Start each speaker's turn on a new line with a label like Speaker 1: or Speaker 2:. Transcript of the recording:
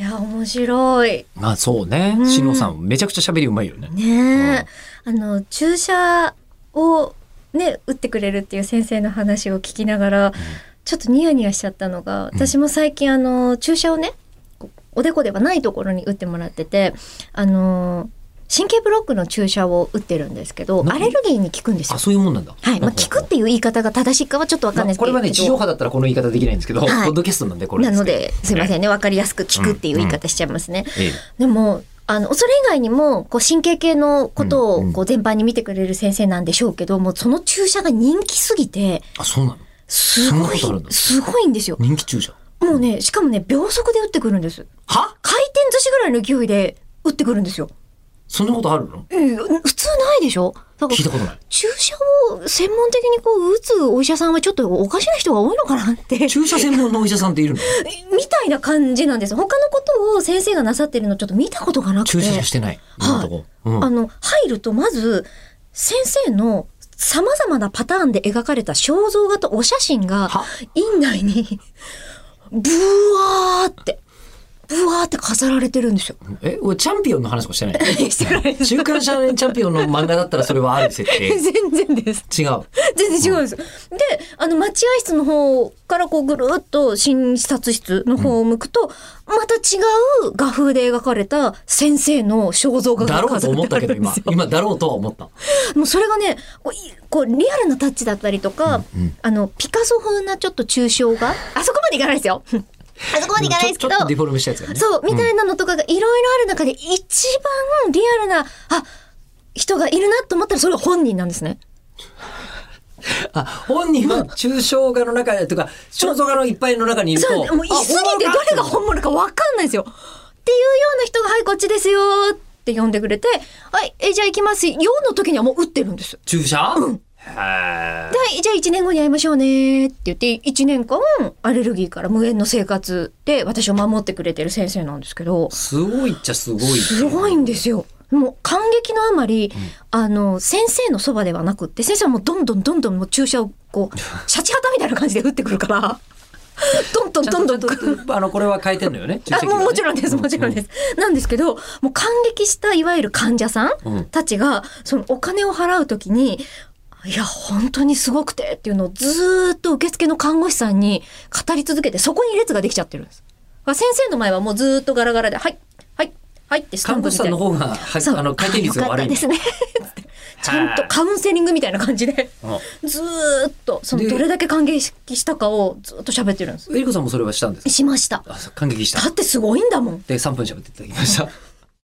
Speaker 1: あ面白い。
Speaker 2: まあそうね
Speaker 1: う。ん
Speaker 2: しのさん、めちゃくちゃ喋りうまいよね。
Speaker 1: ねえ、あの注射をね打ってくれるっていう先生の話を聞きながら、ちょっとニヤニヤしちゃったのが、私も最近あの注射をねこうおでこではないところに打ってもらってて、あの神経ブロックの注射を打ってるんですけど、
Speaker 2: 何
Speaker 1: アレルギーに効くんです
Speaker 2: あ、
Speaker 1: よ。
Speaker 2: そういうもんなんだ。
Speaker 1: はい、まあ、
Speaker 2: ほうほ
Speaker 1: 効
Speaker 2: う
Speaker 1: くっていう言い方が正しいかはちょっとわかんないで
Speaker 2: まあ
Speaker 1: す
Speaker 2: こ
Speaker 1: け
Speaker 2: れ
Speaker 1: ど。
Speaker 2: はね、地上波だったらこの言い方できないんですけど、ポ
Speaker 1: はい
Speaker 2: ッドキャストなんでこれ
Speaker 1: な
Speaker 2: す
Speaker 1: の
Speaker 2: けど。
Speaker 1: で、すいませんね、わかりやすく効くっていう言い方しちゃいますね。
Speaker 2: ええ。
Speaker 1: でもあのそれ以外にもこう神経系のこと
Speaker 2: うんう
Speaker 1: を
Speaker 2: ん
Speaker 1: こう全般に見てくれる先生なんでしょうけど、もうその注射が人気すぎて
Speaker 2: あ、そうなの
Speaker 1: すごい
Speaker 2: そんなことあるんだ
Speaker 1: すごいんですよ。
Speaker 2: 人気注射。
Speaker 1: もうねしかもね秒速で打ってくるんです。
Speaker 2: は
Speaker 1: 回転寿司ぐらいの勢いで打ってくるんですよ。
Speaker 2: そんなことあるの
Speaker 1: うん普通ないでしょだか
Speaker 2: 聞いた
Speaker 1: ら
Speaker 2: ことない。
Speaker 1: 注射を専門的にこう打つお医者さんはちょっとおかしな人が多いのかなって。
Speaker 2: 注射専門のお医者さんっているの
Speaker 1: みたいな感じなんです。他のことを先生がなさってるのちょっと見たことがなくて。
Speaker 2: 注射してない。今のとこうん
Speaker 1: あの、入るとまず、先生の様々なパターンで描かれた肖像画とお写真が
Speaker 2: は、
Speaker 1: 院内に、ブワーって、ブワーって飾られてるんですよ。
Speaker 2: え、俺チャンピオンの話とかしてない
Speaker 1: してないです
Speaker 2: 週刊少年チャンピオンの漫画だったらそれはある 設定。
Speaker 1: 全然です。
Speaker 2: 違う。
Speaker 1: 全然違うんです。で、あの、待合室の方からこうぐるっと診察室の方を向くと、また違う画風で描かれた先生の肖像画
Speaker 2: だ
Speaker 1: が
Speaker 2: ろうと
Speaker 1: 飾
Speaker 2: 思っ
Speaker 1: ってあ
Speaker 2: たけど
Speaker 1: るんで
Speaker 2: 今
Speaker 1: すよ。。
Speaker 2: 今だろうとは思った。
Speaker 1: もうそれがねこういこうリアルなタッチだったりとか、
Speaker 2: うんうん
Speaker 1: あのピカソ風なちょっと抽象画あそこまでいかないで すよあそこまでいかないです
Speaker 2: ち
Speaker 1: け
Speaker 2: ょ
Speaker 1: ど
Speaker 2: ちょっとデフォルメしたやつがね。
Speaker 1: そうみた
Speaker 2: い
Speaker 1: いなのとかがいろいろある中で一番リアルなあ人がいるなと思ったらそれが本人なんですね。
Speaker 2: あ、本人は抽象画の中で、とか、肖像画のいっぱいの中にいると。
Speaker 1: そうもういすぎてどれが本物かわかんないんですよ。っていうような人が「はいこっちですよ」って呼んでくれて「はいえじゃあ行きますよ」の時にはもう打ってるんです。
Speaker 2: 注射うん。へ
Speaker 1: でじゃあ1年後に会いましょうねって言って1年間アレルギーから無縁の生活で私を守ってくれてる先生なんですけど
Speaker 2: すごいっちゃすごい。。
Speaker 1: すごいんですすよ。もう感激のあまり、あの先生のそばではなくって先生はもうどんどんどんどんもう注射をこうシャチハタみたいな感じで打ってくる からどんどん
Speaker 2: ちゃ
Speaker 1: どん
Speaker 2: ん
Speaker 1: どん
Speaker 2: とちゃんとあの、これは変えてんのよね。注射
Speaker 1: あ
Speaker 2: 器が
Speaker 1: も
Speaker 2: ね
Speaker 1: うもちろんですもちろんです、なんですけどもう感激したいわゆる患者さ
Speaker 2: うん
Speaker 1: んたちがそのお金を払うときに「いや本当にすごくて」っていうのをずーっと受付の看護師さんに語り続けてそこに列ができちゃってるんです。だから先生の前はもうずーっとガラガラで「はいはいはい」ってスタ
Speaker 2: 看
Speaker 1: ンプ
Speaker 2: 護師さんの方が、は
Speaker 1: そう
Speaker 2: あの、回転率が悪
Speaker 1: あ
Speaker 2: いん
Speaker 1: よ
Speaker 2: だ。
Speaker 1: かったです ねちゃんとカウンセリングみたいな感じで
Speaker 2: うん
Speaker 1: ずーっとそ
Speaker 2: で
Speaker 1: のどれだけ感激したかをずーっと喋ってるんです。
Speaker 2: えりこさんもそれはしたんですか
Speaker 1: しました。
Speaker 2: あそう感激した
Speaker 1: だ。ってすごいんだもん。
Speaker 2: で、3分喋っていただきました。